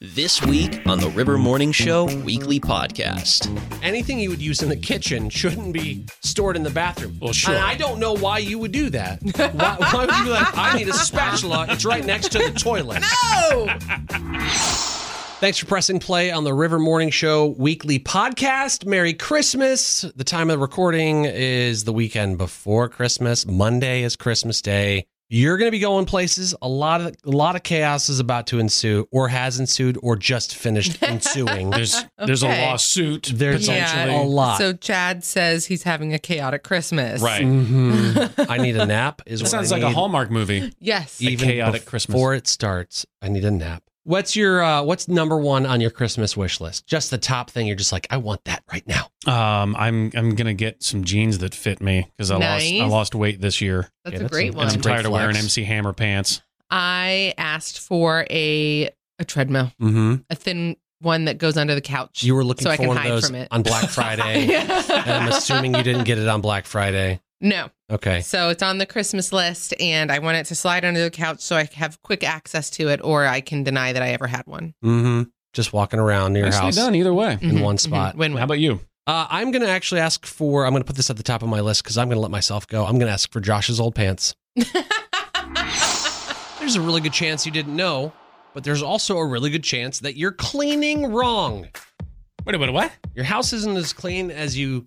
This week on the River Morning Show weekly podcast. anything you would use in the kitchen shouldn't be stored in the bathroom. Well, sure. And I don't know why you would do that. why, why would you be like, I need a spatula? It's right next to the toilet. Oh, Thanks for pressing play on the River Morning Show weekly podcast. Merry Christmas. The time of the recording is the weekend before Christmas. Monday is Christmas Day. You're going to be going places. A lot of a lot of chaos is about to ensue, or has ensued, or just finished ensuing. There's there's a Okay. lawsuit There's potentially. a lot. so Chad says he's having a chaotic Christmas. Right. Mhm. I need a nap. Is It what I sounds like a need. Hallmark movie. Yes. A chaotic Christmas. before it starts. I need a nap. What's your uh, what's number one on your Christmas wish list? Just the top thing. You're just like, I want that right now. Um, I'm I'm gonna get some jeans that fit me because I lost I Nice. lost weight this year. That's Yeah, a that's great a- one. and I'm great tired of wearing flex. MC Hammer pants. I asked for a a treadmill, Mm-hmm. a thin one that goes under the couch. You were looking So I for can one of hide those from it. on Black Friday. and I'm assuming you didn't get it on Black Friday. No. Okay. So it's on the Christmas list, and I want it to slide under the couch so I have quick access to it, or I can deny that I ever had one. Mm-hmm. Just walking around near your Nicely house done either way. in Mhm, one mhm. spot. Win How win. about you? Uh, I'm gonna actually ask for. I'm gonna put this at the top of my list because I'm gonna let myself go. I'm gonna ask for Josh's old pants. There's a really good chance you didn't know, but there's also a really good chance that you're cleaning wrong. Wait a minute, what? Your house isn't as clean as you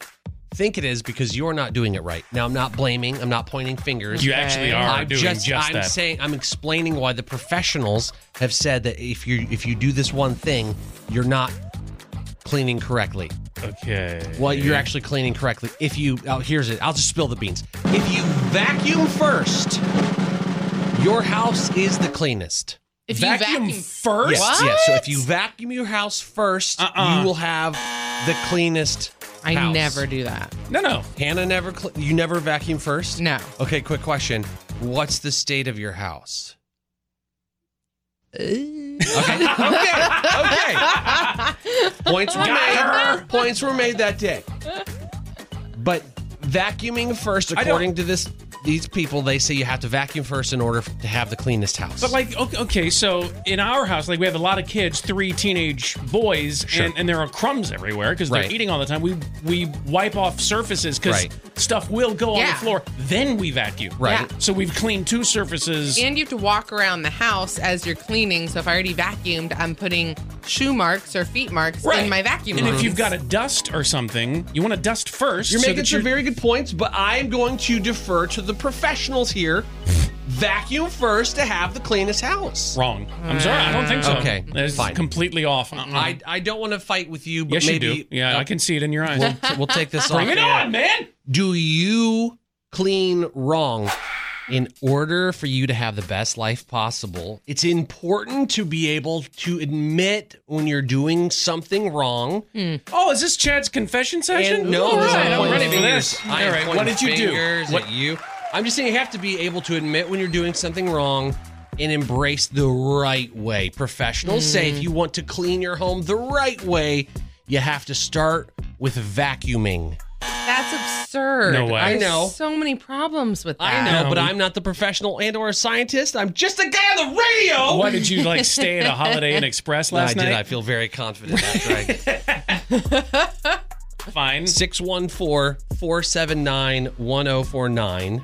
think it is because you're not doing it right. Now, I'm not blaming, I'm not pointing fingers. You actually are I'm doing just, just, I'm that. saying I'm explaining why the professionals have said that if you if you do this one thing, you're not cleaning correctly. okay. Well, you're actually cleaning correctly. If you, oh, here's it. I'll just spill the beans. If you vacuum first, your house is the cleanest. If vacuum, you vacuum, first? Yes, yes. So if you vacuum your house 1st Uh-uh. you will have the cleanest. I house. never do that. No, no. Hannah never. Cle- you never vacuum first. No. Okay. Quick question. What's the state of your house? Okay. okay. Okay. Points were Got made. Points were made that day. But vacuuming first, don't- according to this, these people, they say you have to vacuum first in order to have the cleanest house. But like, okay, okay, so in our house, like we have a lot of kids, three teenage boys, and, and there are crumbs everywhere because Right. they're eating all the time. We we wipe off surfaces because Right. stuff will go on Yeah. the floor. Then we vacuum. Right. Yeah. So we've cleaned two surfaces. And you have to walk around the house as you're cleaning. So if I already vacuumed, I'm putting shoe marks or feet marks Right. in my vacuum. and if lines. you've got a dust or something, you want to dust first. You're so making that some very good points, but I'm going to defer to the professionals here. Vacuum first to have the cleanest house. wrong. I'm sorry, I don't think so. Okay, That's fine. completely off. Uh-uh. I, I don't want to fight with you, but yes, maybe you do. Yeah, I can see it in your eyes. We'll, we'll take this off. Bring it air. on, man. Do you clean wrong? In order for you to have the best life possible, it's important to be able to admit when you're doing something wrong. Oh, is this Chad's confession session? And no, All there's right, no I'm point ready of for fingers. this. I am All right, what pointing did you do? fingers At you? I'm just saying you have to be able to admit when you're doing something wrong and embrace the right way. Professionals say Hmm. if you want to clean your home the right way, you have to start with vacuuming. That's absurd. No way. I There's know. So many problems with I that. know, Um, but I'm not the professional and or a scientist. I'm just a guy on the radio. Why did you like stay at a Holiday Inn Express last I did. I night? feel very confident. After I Fine. 614-479-1049.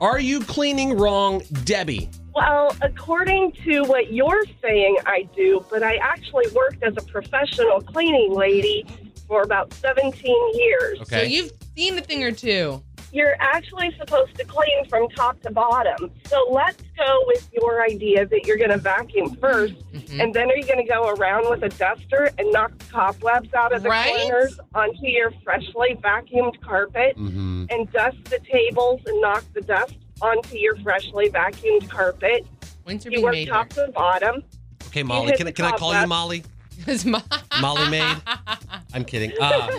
Are you cleaning wrong, Debbie? Well, according to what you're saying, I do, but I actually worked as a professional cleaning lady for about 17 years. So you've seen a thing or two. You're actually supposed to clean from top to bottom. So let's go with your idea that you're going to vacuum 1st Mm-hmm. and then are you going to go around with a duster and knock cobwebs out of the Right? corners onto your freshly vacuumed carpet Mm-hmm. and dust the tables and knock the dust onto your freshly vacuumed carpet? Winter You being work made. top to bottom. Okay, Molly. hit Can I the can I top call you left. Molly? my, Molly Maid. I'm kidding. Uh,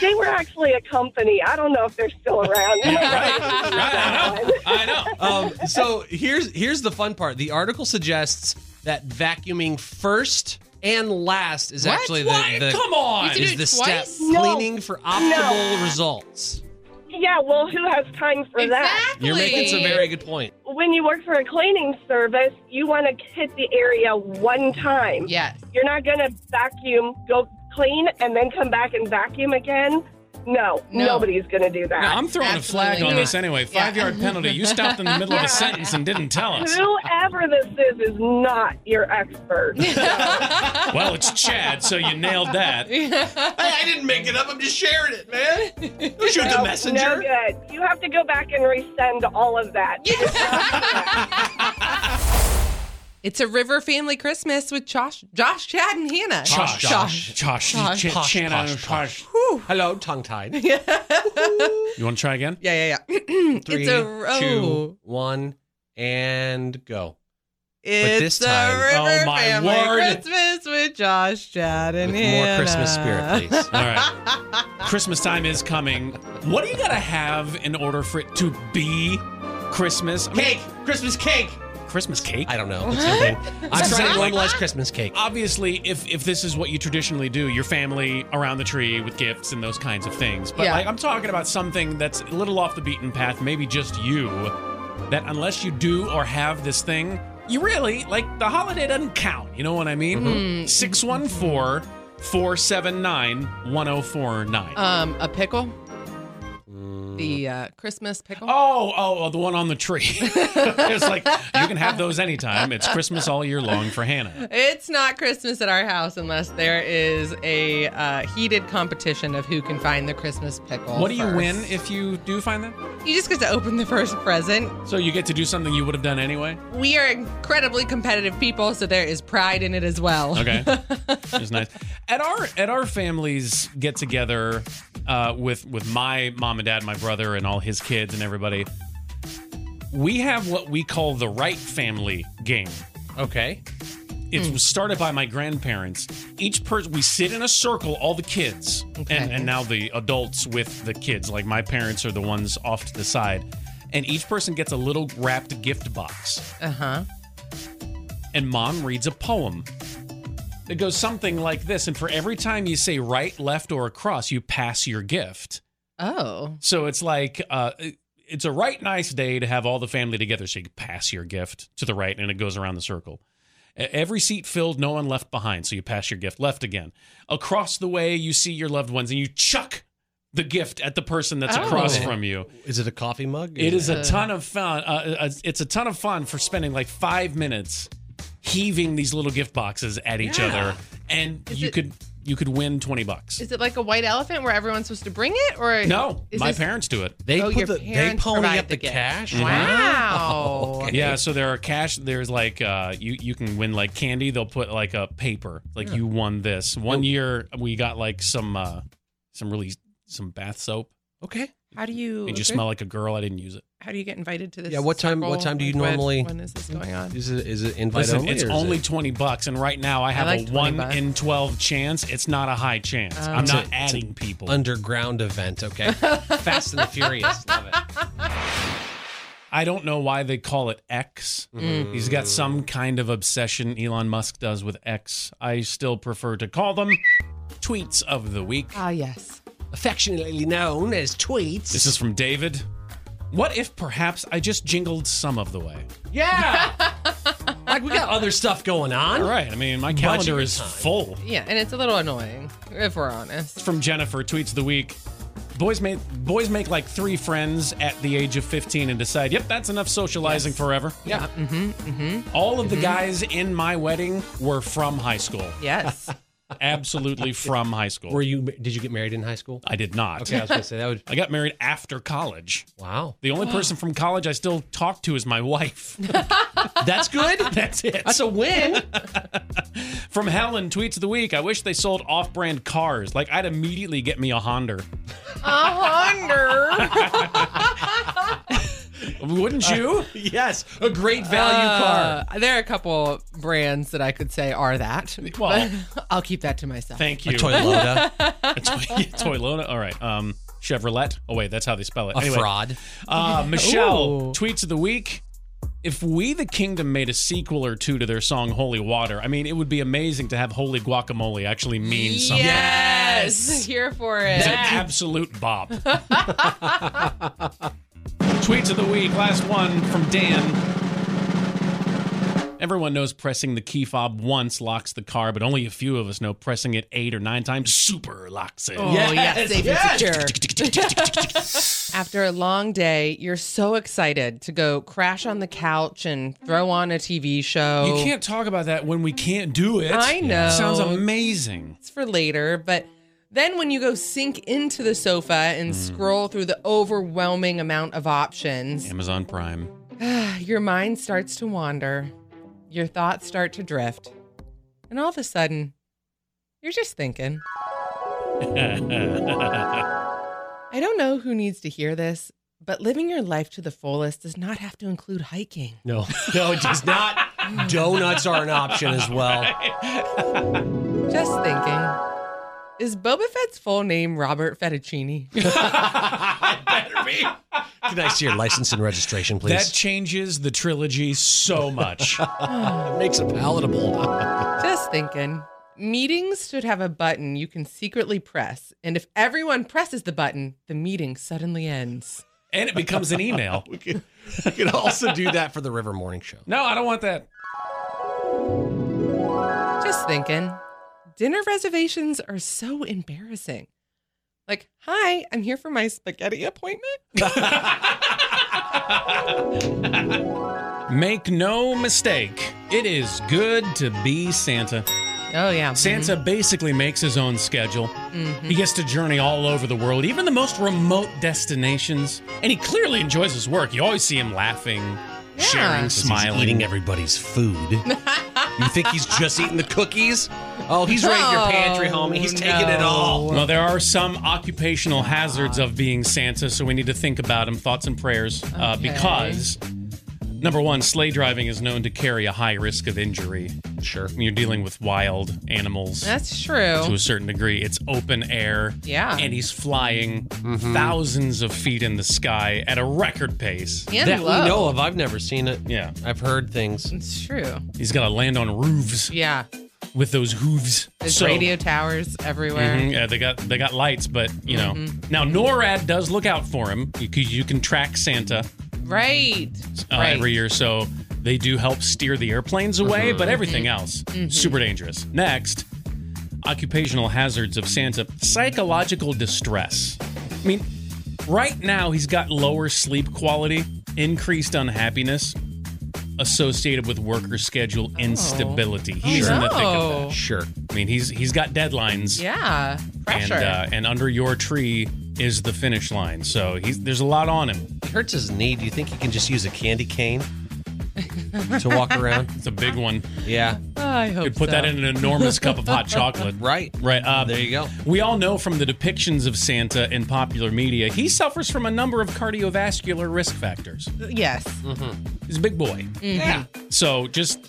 They were actually a company. I don't know if they're still around. Right, I know. I know. um, so here's here's the fun part. The article suggests that vacuuming first and last is What? actually Why? the, the Come on. You did is it the twice? step No. cleaning for optimal results. yeah, well, who has time for that? Exactly. You're making some very good point. When you work for a cleaning service, you want to hit the area one time. Yes. You're not going to vacuum, go clean, and then come back and vacuum again. No, No. nobody's going to do that. Now, I'm throwing a flag Absolutely on this not. anyway. Yeah. Five yard penalty. You stopped in the middle of a sentence and didn't tell us. Whoever this is is not your expert. Well, it's Chad, so you nailed that. I didn't make it up. I'm just sharing it, man. Don't shoot the No, No good. You have to go back and resend all of that. It's a River Family Christmas with Josh, Josh, Chad, and Hannah. Josh, Josh, Josh, Josh. Ch- Posh, Chana, posh, Posh. Hello, tongue tied. You want to try again? Yeah, yeah, yeah. Three, it's a oh. row. two, one, and go. it's this a time- River oh, my Family word. Christmas with Josh, Chad, and With Hannah. more Christmas spirit, please. All right. Christmas time is coming. What do you got to have in order for it to be Christmas? I mean, cake, Christmas cake. Christmas cake? I don't know. It's something. I'm trying to normalize Christmas cake. Obviously, if, if this is what you traditionally do, your family around the tree with gifts and those kinds of things. But Yeah. like, I'm talking about something that's a little off the beaten path, maybe just you, that unless you do or have this thing, you really, like, the holiday doesn't count. You know what I mean? 614 479 1049. Um, a pickle. Mm. The uh, Christmas pickle. Oh, oh, oh, the one on the tree. it's like you can have those anytime. It's Christmas all year long for Hannah. It's not Christmas at our house unless there is a uh, heated competition of who can find the Christmas pickle. What do you first. win if you do find that? You just get to open the first present. So you get to do something you would have done anyway. We are incredibly competitive people, so there is pride in it as well. Okay, it's nice. At our at our family's get together uh, with with my mom and dad, my brother, and all his kids and everybody. We have what we call the right family game. Okay. It was started by my grandparents. Each person, we sit in a circle, all the kids, and, and now the adults with the kids. Like my parents are the ones off to the side, and each person gets a little wrapped gift box, Uh huh. and mom reads a poem. It goes something like this, and for every time you say right, left, or across, you pass your gift. Oh. So it's like uh, it- it's a right nice day to have all the family together. So you pass your gift to the right, and it goes around the circle. E- Every seat filled, no one left behind. So you pass your gift left again. Across the way, you see your loved ones, and you chuck the gift at the person that's Oh. across from you. Is it a coffee mug? It is a ton of fun. Uh, uh, it's a ton of fun for spending like five minutes heaving these little gift boxes at each other, and Is you it- could you could win twenty bucks. Is it like a white elephant where everyone's supposed to bring it? Or No, is my this- parents do it. They Oh, put your the, they parents pony provide up the, Mm-hmm. the gift. cash. Oh, Wow. Okay. Yeah, so there are cash. There's like uh, you you can win like candy. They'll put like a paper like you won this. One year we got like some uh, some really some bath soap. Okay. How do you? Made you smell like a girl. I didn't use it. How do you get invited to this? Yeah, what time- what circle? time do you Like, when- normally- When is this going on? Is it is it invite Listen, only? it's or is only it- twenty bucks, and right now I have like a 20 one bucks. in twelve chance. It's not a high chance. Oh. I'm It's a- not it's an adding people. underground event. Okay. Fast and the Furious. Love it. I don't know why they call it X. Mm. He's got some kind of obsession. Elon Musk does with X. I still prefer to call them tweets of the week. Ah, yes. Affectionately known as tweets. This is from David. What if perhaps I just jingled some of the way? yeah. like we got other stuff going on. All right. I mean, my calendar is full. Yeah, and it's a little annoying if we're honest. It's from Jennifer, tweets of the week. Boys make boys make like three friends at the age of 15 and decide, yep, that's enough socializing forever. Yeah. All Mm-hmm. of the guys in my wedding were from high school. Yes. Absolutely from high school. Were you? Did you get married in high school? I did not. Okay, I was gonna say that would. I got married after college. Wow, The only person from college I still talk to is my wife. that's good. That's it. That's a win. From Helen, tweets of the week. I wish they sold off-brand cars. Like I'd immediately get me a Honda. A hundred. Wouldn't you? yes, a great value Uh, card. there are a couple brands that I could say are that. Well- but I'll keep that to myself. Thank you. Toyota, A toy- Toilona. All right. Um, Chevrolet. Oh wait, that's how they spell it. a anyway, fraud. Uh, Michelle, Ooh. tweets of the week. if we the kingdom made a sequel or two to their song Holy Water, I mean, it would be amazing to have holy guacamole actually mean something. Yes. Here for it. It's an absolute bop. Tweets of the week. Last one from Dan. Everyone knows pressing the key fob once locks the car, but only a few of us know pressing it eight or nine times super locks it. Oh, yes, safe and secure. After a long day, you're so excited to go crash on the couch and throw on a TV show. You can't talk about that when we can't do it. I know. Sounds amazing. It's for later, but then when you go sink into the sofa and scroll through the overwhelming amount of options, Amazon Prime. your mind starts to wander. Your thoughts start to drift. And all of a sudden, you're just thinking. I don't know who needs to hear this, but living your life to the fullest does not have to include hiking. No, no, it does not. Donuts are an option as well. Just thinking. Is Boba Fett's full name Robert Fettuccini? Can I see your license and registration, That please? changes the trilogy so much. That makes it palatable. Just thinking. Meetings should have a button you can secretly press, and if everyone presses the button, the meeting suddenly ends. and it becomes an email. You can also do that for the River Morning Show. No, I don't want that. Just thinking. Dinner reservations are so embarrassing. Like, hi, I'm here for my spaghetti appointment. Make no mistake, it is good to be Santa. Oh, yeah. Santa Mm-hmm. basically makes his own schedule. He gets to journey all over the world, even the most remote destinations. And he clearly enjoys his work. You always see him laughing, sharing, 'Cause he's smiling. eating everybody's food. you think he's just eating the cookies? Oh, he's raiding your pantry, Oh, homie. He's taking it all. Well, there are some occupational hazards of being Santa, so we need to think about them. Thoughts and prayers, uh, Okay. because number one, sleigh driving is known to carry a high risk of injury. Sure. Ah, You're dealing with wild animals That's to true. a certain degree. It's open air. Oh. Yeah. and he's flying thousands of feet in the sky at a record pace. And That low. we know of. I've never seen it. Yeah, I've heard things. It's true. he's got to land on roofs Yeah. with those hooves. There's So- radio towers everywhere. Mhm, yeah, they got they got lights, but you know now NORAD does look out for him. You can, you can track Santa Right. Mm-hmm. uh, right. every year, so they do help steer the airplanes away. Mm-hmm. But everything else super dangerous. Next, occupational hazards of Santa: psychological distress. I mean, right now he's got lower sleep quality, increased unhappiness associated with worker schedule instability. He's in the thick of Oh. no. that. Sure. I mean, he's he's got deadlines Yeah. and Pressure. uh, and under your tree is the finish line. So he's there's a lot on him. It hurts his knee. Do you think he can just use a candy cane to walk around? It's a big Uh, one. Yeah. Oh, I hope Could put so. that in an enormous cup of hot chocolate. Right. Right. Uh, There you go. We all know from the depictions of Santa in popular media, he suffers from a number of cardiovascular risk factors. Yes. Mm. He's a big boy. Yeah. So just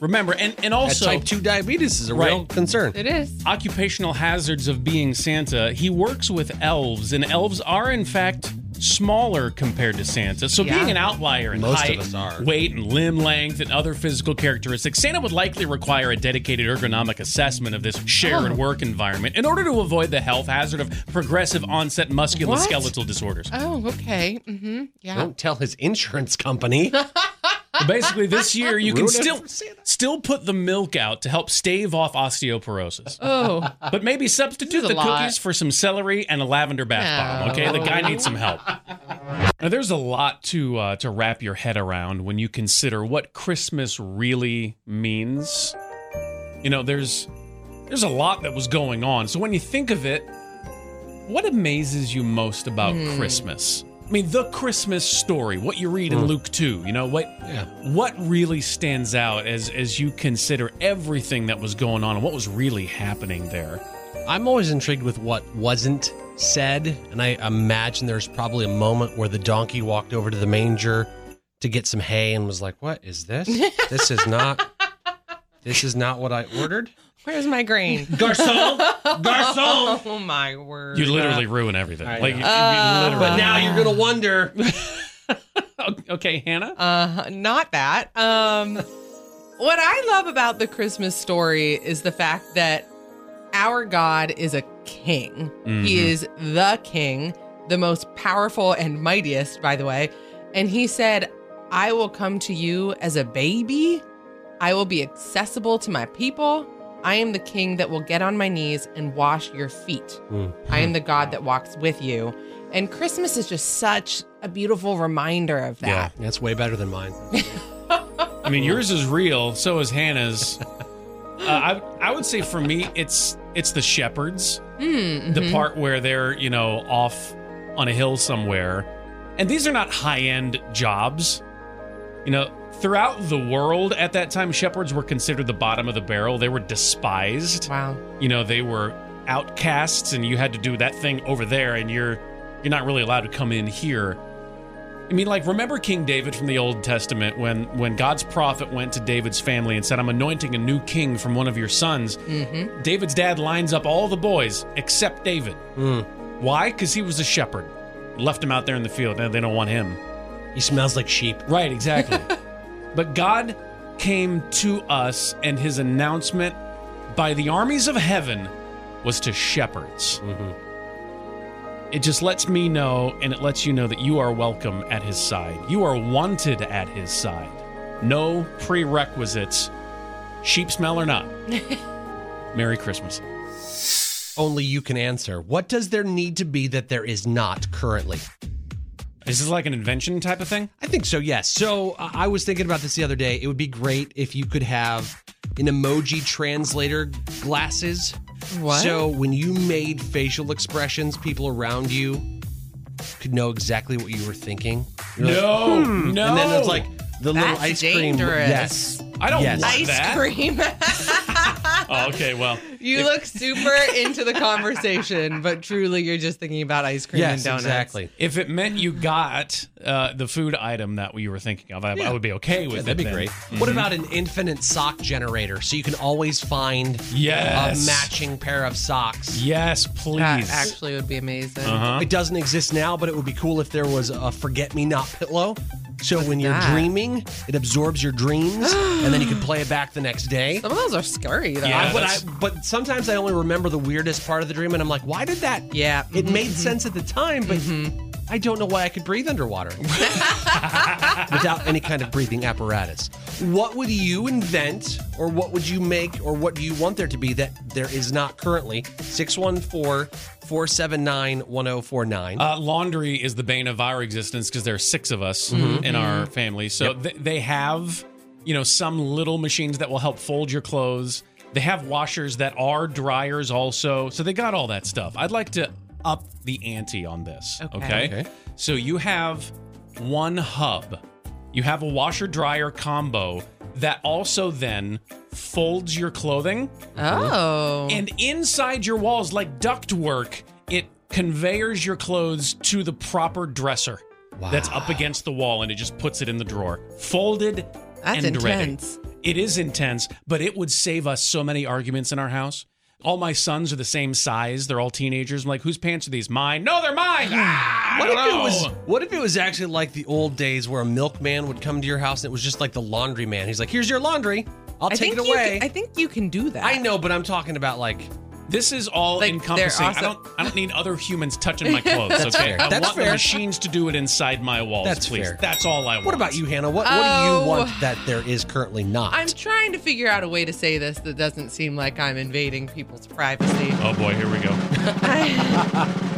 remember, and and That also type 2 diabetes is a Right. real concern. It is. occupational hazards of being Santa. He works with elves, and elves are in fact smaller compared to Santa. So Yeah. being an outlier in Most of height, us are. weight, and limb length, and other physical characteristics, Santa would likely require a dedicated ergonomic assessment of this Oh. shared work environment in order to avoid the health hazard of progressive onset musculoskeletal disorders. Oh, okay. Mm-hmm. Yeah. Don't tell his insurance company. Basically, this year you can Ruin it still for Santa. still put the milk out to help stave off osteoporosis. Oh, But maybe substitute This is the a lot. cookies for some celery and a lavender bath Oh. bomb. No. Okay, the guy needs some help. Now, there's a lot to uh, to wrap your head around when you consider what Christmas really means. You know, there's there's a lot that was going on. So when you think of it, what amazes you most about Hmm. Christmas? I mean, the Christmas story, what you read in Luke 2, you know, what Hmm. Yeah. what really stands out as as you consider everything that was going on and what was really happening there? I'm always intrigued with what wasn't said, and I imagine there's probably a moment where the donkey walked over to the manger to get some hay and was like, "What is this? this is not. This is not what I ordered." where's my grain? Garcon, Garcon. oh my word. You literally ruin everything. I like know. Uh, you- you literally- But now you're gonna wonder. okay, Hannah. Uh, not that. Um, what I love about the Christmas story is the fact that our God is a king. He is the king, the most powerful and mightiest, by the way. And he said, I will come to you as a baby. I will be accessible to my people. I am the king that will get on my knees and wash your feet. I am the God that walks with you. And Christmas is just such a beautiful reminder of that. Yeah, that's way better than mine. I mean, yours is real. So is Hannah's. Uh, I I would say for me, it's it's the shepherds, the part where they're you know off on a hill somewhere, and these are not high end jobs. You know, throughout the world at that time, shepherds were considered the bottom of the barrel. They were despised. Wow. You know, they were outcasts, and you had to do that thing over there, and you're you're not really allowed to come in here. I mean, like, remember King David from the Old Testament when, when God's prophet went to David's family and said, I'm anointing a new king from one of your sons. Mm-hmm. David's dad lines up all the boys except David. Why? Because he was a shepherd. Left him out there in the field. Now they don't want him. He smells like sheep. Right, exactly. but God came to us, and his announcement by the armies of heaven was to shepherds. Mm-hmm. It just lets me know, and it lets you know that you are welcome at his side. You are wanted at his side. No prerequisites, sheep smell or not. Merry Christmas. Only you can answer. What does there need to be that there is not currently? Is this like an invention type of thing? I think so, yes. So uh, I was thinking about this the other day. It would be great if you could have an emoji translator glasses. What? So when you made facial expressions, people around you could know exactly what you were thinking. You're like, No, no. Hmm. And then it's like the little That's ice cream. dangerous. Yes. I don't Yes. want Ice that. cream. Oh, okay, well, you look super into the conversation, but truly you're just thinking about ice cream and Yes, donuts. exactly. if it meant you got uh, the food item that you were thinking of, I, I would be okay with Yeah, it. that'd be then. great. What about an infinite sock generator? So you can always find Yes. a matching pair of socks. Yes, please. That actually would be amazing. It doesn't exist now, but it would be cool if there was a forget me not pillow. So when you're that? dreaming, it absorbs your dreams, and then you can play it back the next day. Some of those are scary though. Yeah. I- but, I, that's- but sometimes I only remember the weirdest part of the dream, and I'm like, why did that? Yeah. Mm-hmm, It made sense at the time, but I don't know why I could breathe underwater without any kind of breathing apparatus. What would you invent, or what would you make, or what do you want there to be that there is not currently? 614 479 1049. Uh, laundry is the bane of our existence because there are six of us in our family. So th- they have, you know, some little machines that will help fold your clothes. They have washers that are dryers also. So they got all that stuff. I'd like to up the ante on this. Okay. Okay. So you have one hub, you have a washer dryer combo that also then folds your clothing. Uh-huh. Oh. And inside your walls, like ductwork, it conveyors your clothes to the proper dresser that's up against the wall and it just puts it in the drawer. Folded That's and intense. ready. It is intense, but it would save us so many arguments in our house. All my sons are the same size. They're all teenagers. I'm like, whose pants are these? Mine. No, they're mine. Ah, Hmm. I What don't if it know. was? What if it was actually like the old days where a milkman would come to your house and it was just like the laundry man? He's like, "Here's your laundry. I'll I take it think away." You can, I think you can do that. I know, but I'm talking about like This is all Like, they're encompassing. I awesome. don't. I don't need other humans touching my clothes. okay, fair. I That's want the fair. machines to do it inside my walls. That's please. fair. That's all I want. what about you, Hannah? What Oh. what do you want that there is currently not? I'm trying to figure out a way to say this that doesn't seem like I'm invading people's privacy. Oh boy, here we go. I,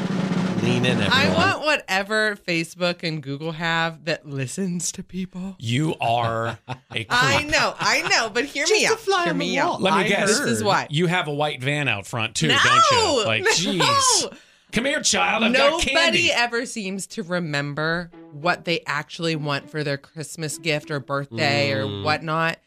Lean in, everyone. I want whatever Facebook and Google have that listens to people. You are a creep. I know, I know, but hear me Just a out. fly hear on me the out. wall. Let me I guess. This is why. You have a white van out front too, No! don't you? Like, No! jeez. Come here, child. I've got Nobody candy. ever seems to remember what they actually want for their Christmas gift or Mm. birthday or whatnot.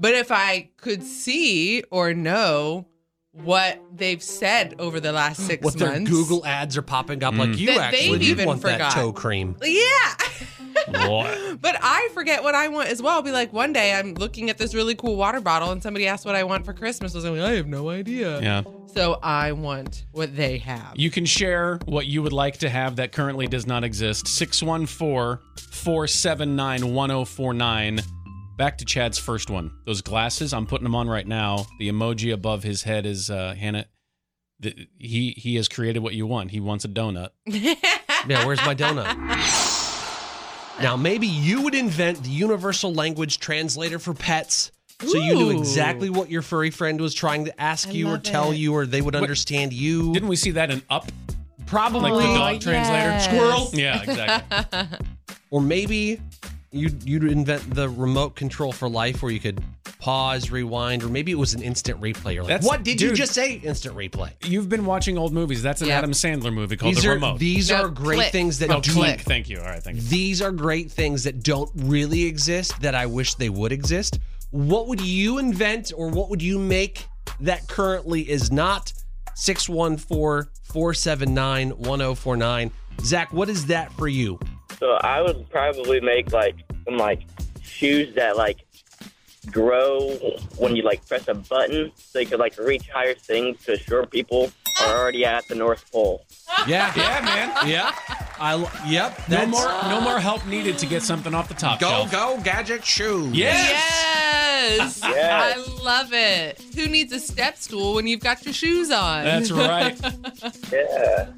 But if I could see or know what they've said over the last six What their months. Google ads are popping up like you That actually they've did even want that forgot. toe cream. Yeah. But I forget what I want as well. I'll be like, one day I'm looking at this really cool water bottle and somebody asked what I want for Christmas. I was like, I have no idea. yeah. So I want what they have. You can share what you would like to have that currently does not exist. 614 479 1049. Back to Chad's first one. Those glasses, I'm putting them on right now. The emoji above his head is uh, Hannah. The, he he has created what you want. He wants a donut. Yeah, where's my donut? Now, maybe you would invent the universal language translator for pets so you knew Ooh. exactly what your furry friend was trying to ask I you or love tell it. you, or they would understand you. Didn't we see that in Up? Probably. Like the dog yes. translator? Squirrel? Yeah, exactly. or maybe you'd, you'd invent the remote control for life where you could pause, rewind, or maybe it was an instant replay. You're like, That's- what did you dude. just say? Instant replay. You've been watching old movies. That's an Yeah. Adam Sandler movie called these The are, Remote. These No, are great click. things that oh, do click. Thank you. All right, thank you. These are great things that don't really exist that I wish they would exist. What would you invent or what would you make that currently is not? 614 479 1049. Zach, what is that for you? So I would probably make like some like shoes that like grow when you like press a button, so you could like reach higher things to assure people are already at the North Pole. Yeah. Yeah, man. yeah. I, l- yep. No that's- more, no more help needed to get something off the top Go, shelf. go, gadget shoes. Yes. Yes. Yes. I love it. Who needs a step stool when you've got your shoes on? That's right. Yeah.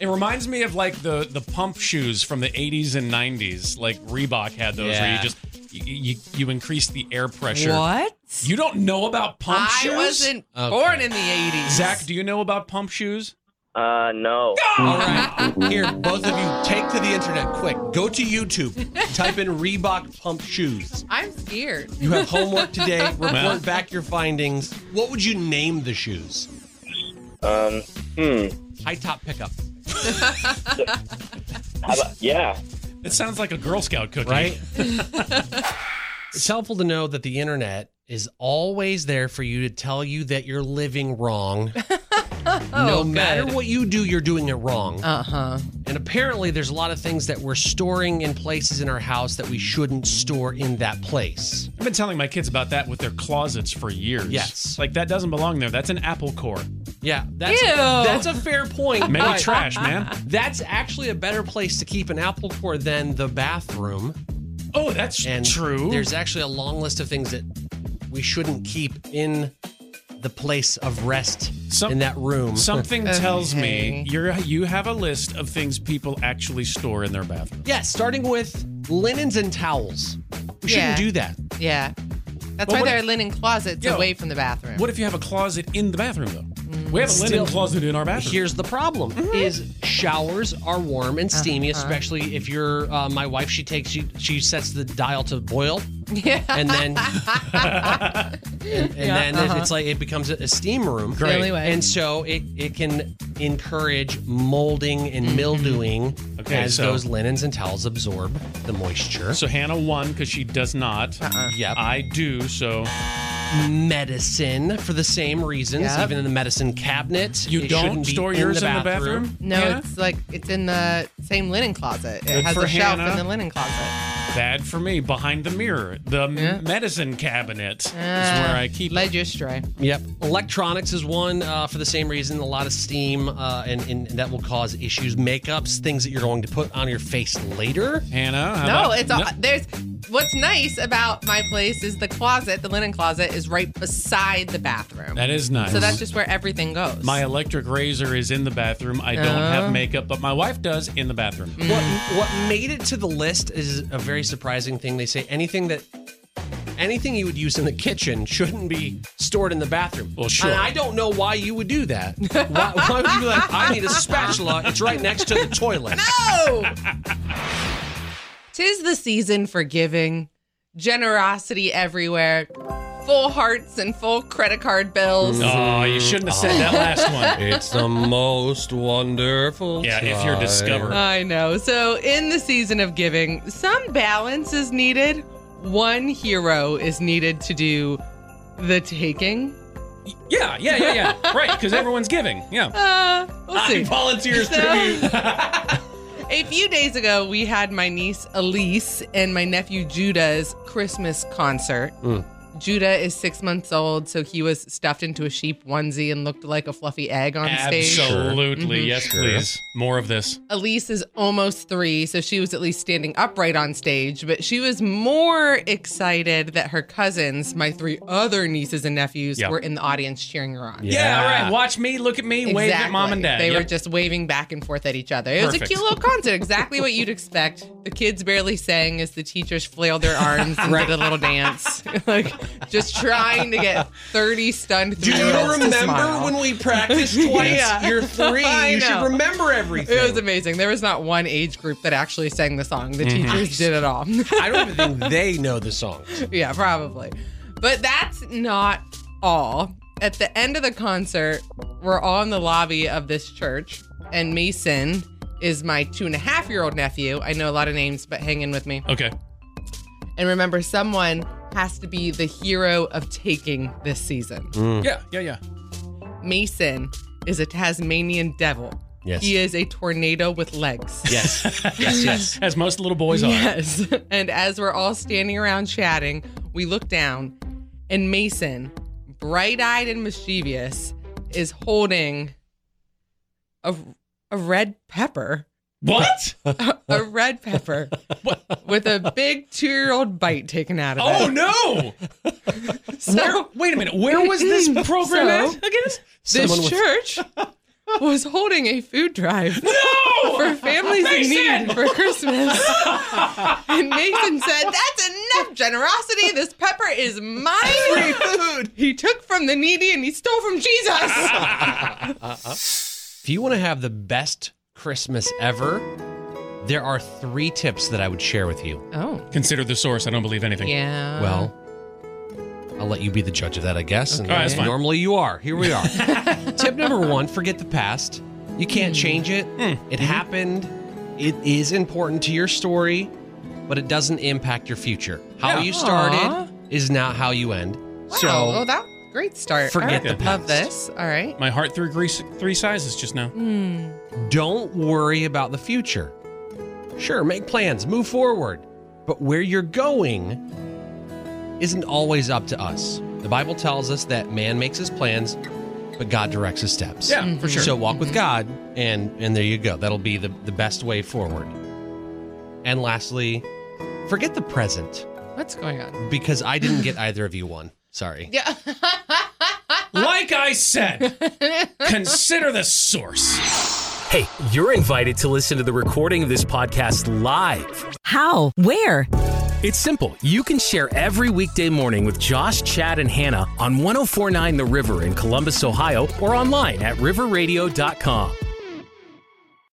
It reminds me of like the the pump shoes from the 80s and 90s. Like Reebok had those where Yeah. you just you, you you increase the air pressure. What? You don't know about pump I shoes? wasn't Okay. born in the 80s. Zach, do you know about pump shoes? Uh, no. All right. Here, both of you take to the internet quick. Go to YouTube. Type in Reebok pump shoes. I'm scared. You have homework today. Well. Report back your findings. What would you name the shoes? Um. Hmm. High top pickup, How about, yeah. It sounds like a Girl Scout cookie. right? it's helpful to know that the internet is always there for you to tell you that you're living wrong. no Oh, matter good. what you do, you're doing it wrong. Uh huh. and apparently, there's a lot of things that we're storing in places in our house that we shouldn't store in that place. I've been telling my kids about that with their closets for years. Yes. Like that doesn't belong there. That's an apple core. Yeah, that's Ew. that's a fair point. Maybe but trash, man. That's actually a better place to keep an apple core than the bathroom. Oh, that's And true. There's actually a long list of things that we shouldn't keep in the place of rest Some- in that room. Something tells me Okay. you're you have a list of things people actually store in their bathroom. yeah, starting with linens and towels. We Yeah. shouldn't do that. Yeah. That's But why what- there are linen closets Yo, away from the bathroom. What if you have a closet in the bathroom though? We have a linen Mm. Still- closet in our bathroom. Here's the problem: Mm-hmm. is showers are warm and steamy, Uh-huh. especially if you're uh, my wife. She takes she she sets the dial to boil, yeah. and then and, and Yeah, then uh-huh. it's like it becomes a, a steam room. It's the only way. And so it, it can encourage molding and Mm-hmm. mildewing Okay, as so- those linens and towels absorb the moisture. So Hannah won because she does not. Uh-uh. yep. I do. So medicine for the same reasons, Yep. even in the medicine cabinet. you it shouldn't don't be store yours in the bathroom. no, Hannah? it's like it's in the same linen closet. It Good has for a shelf Hannah. in the linen closet. bad for me. Behind the mirror, the m- Yeah. medicine cabinet Uh, is Ah, where I keep. it. Led you astray. Yep. Electronics is one uh, for the same reason. A lot of steam, uh, and, and that will cause issues. Makeups, things that you're going to put on your face later. Hannah, how No, about- it's all, there's. What's nice about my place is the closet, the linen closet, is right beside the bathroom. that is nice. so that's just where everything goes. my electric razor is in the bathroom. I don't Oh. have makeup, but my wife does in the bathroom. What what made it to the list is a very surprising thing. They say anything that anything you would use in the kitchen shouldn't be stored in the bathroom. Well, sure. And I don't know why you would do that. why, why would you be like, I need a spatula? It's right next to the toilet. No! Tis the season for giving, generosity everywhere, full hearts and full credit card bills. Oh, you shouldn't have said that last one. It's the most wonderful. Yeah, if you're discovered. I know. So, in the season of giving, some balance is needed. One hero is needed to do the taking, Yeah, yeah, yeah, yeah. right, because everyone's giving. Yeah. Uh, we'll I see. volunteers So- tribute. A few days ago, we had my niece Elise and my nephew Judah's Christmas concert. Hmm. Mm. Judah is six months old, so he was stuffed into a sheep onesie and looked like a fluffy egg on stage. Absolutely. Mhm. Yes, Sure. please. More of this. Elise is almost three, so she was at least standing upright on stage, but she was more excited that her cousins, my three other nieces and nephews, Yeah. were in the audience cheering her on. Yeah. Yeah. all right. Watch me, look at me, wave at mom and dad. They were Yep. just waving back and forth at each other. It was Perfect. a cute little concert, exactly what you'd expect. The kids barely sang as the teachers flailed their arms and did a little dance, like just trying to get thirty stunned. Do you three-year-olds to remember smile. when we practiced twice? Yeah. You're three. I You should know. remember everything. It was amazing. There was not one age group that actually sang the song. The Mm-hmm. teachers did it all. I don't even think they know the song. yeah, probably. But that's not all. At the end of the concert, we're all in the lobby of this church, and Mason is my two and a half year old nephew. I know a lot of names, but hang in with me. okay. And remember, someone has to be the hero of taking this season. Yeah, yeah, yeah. Mason is a Tasmanian devil. Yes. He is a tornado with legs. Yes. Yes, yes. As most little boys are. Yes. And as we're all standing around chatting, we look down, and Mason, bright eyed and mischievous, is holding a, a red pepper. What? A red pepper with a big two year old bite taken out of it. Oh no! So Wait a minute. Where was this program at So- again? this Someone was- church was holding a food drive. No! for families in Mason! need for Christmas. and Nathan said, That's enough generosity. This pepper is my free food. He took from the needy and he stole from Jesus. If you want to have the best Christmas ever, there are three tips that I would share with you. Oh, Consider the source. I don't believe anything. Uh, yeah. Well, I'll let you be the judge of that, I guess. And Okay. All right, that's fine. normally you are. Here we are. Tip number one forget the past. You can't Hmm. change it. Mm-hmm. It happened. It is important to your story, but it doesn't impact your future. How Yeah. you started Aw. is not how you end. wow. So oh, that great start. forget All right. the Love past. this. All right. Hmm. My heart through grease, three sizes just now. don't worry about the future. Sure, make plans, move forward, but where you're going isn't always up to us. The Bible tells us that man makes his plans, but God directs his steps. Yeah, Mm-hmm. for sure. So walk with God, and and there you go. That'll be the, the best way forward. And lastly, forget the present What's going on? because I didn't get either of you one. Sorry. Yeah. Like I said, consider the source. Hey, you're invited to listen to the recording of this podcast live. How? Where? It's simple. You can share every weekday morning with Josh, Chad, and Hannah on 1049 The River in Columbus, Ohio, or online at riverradio.com.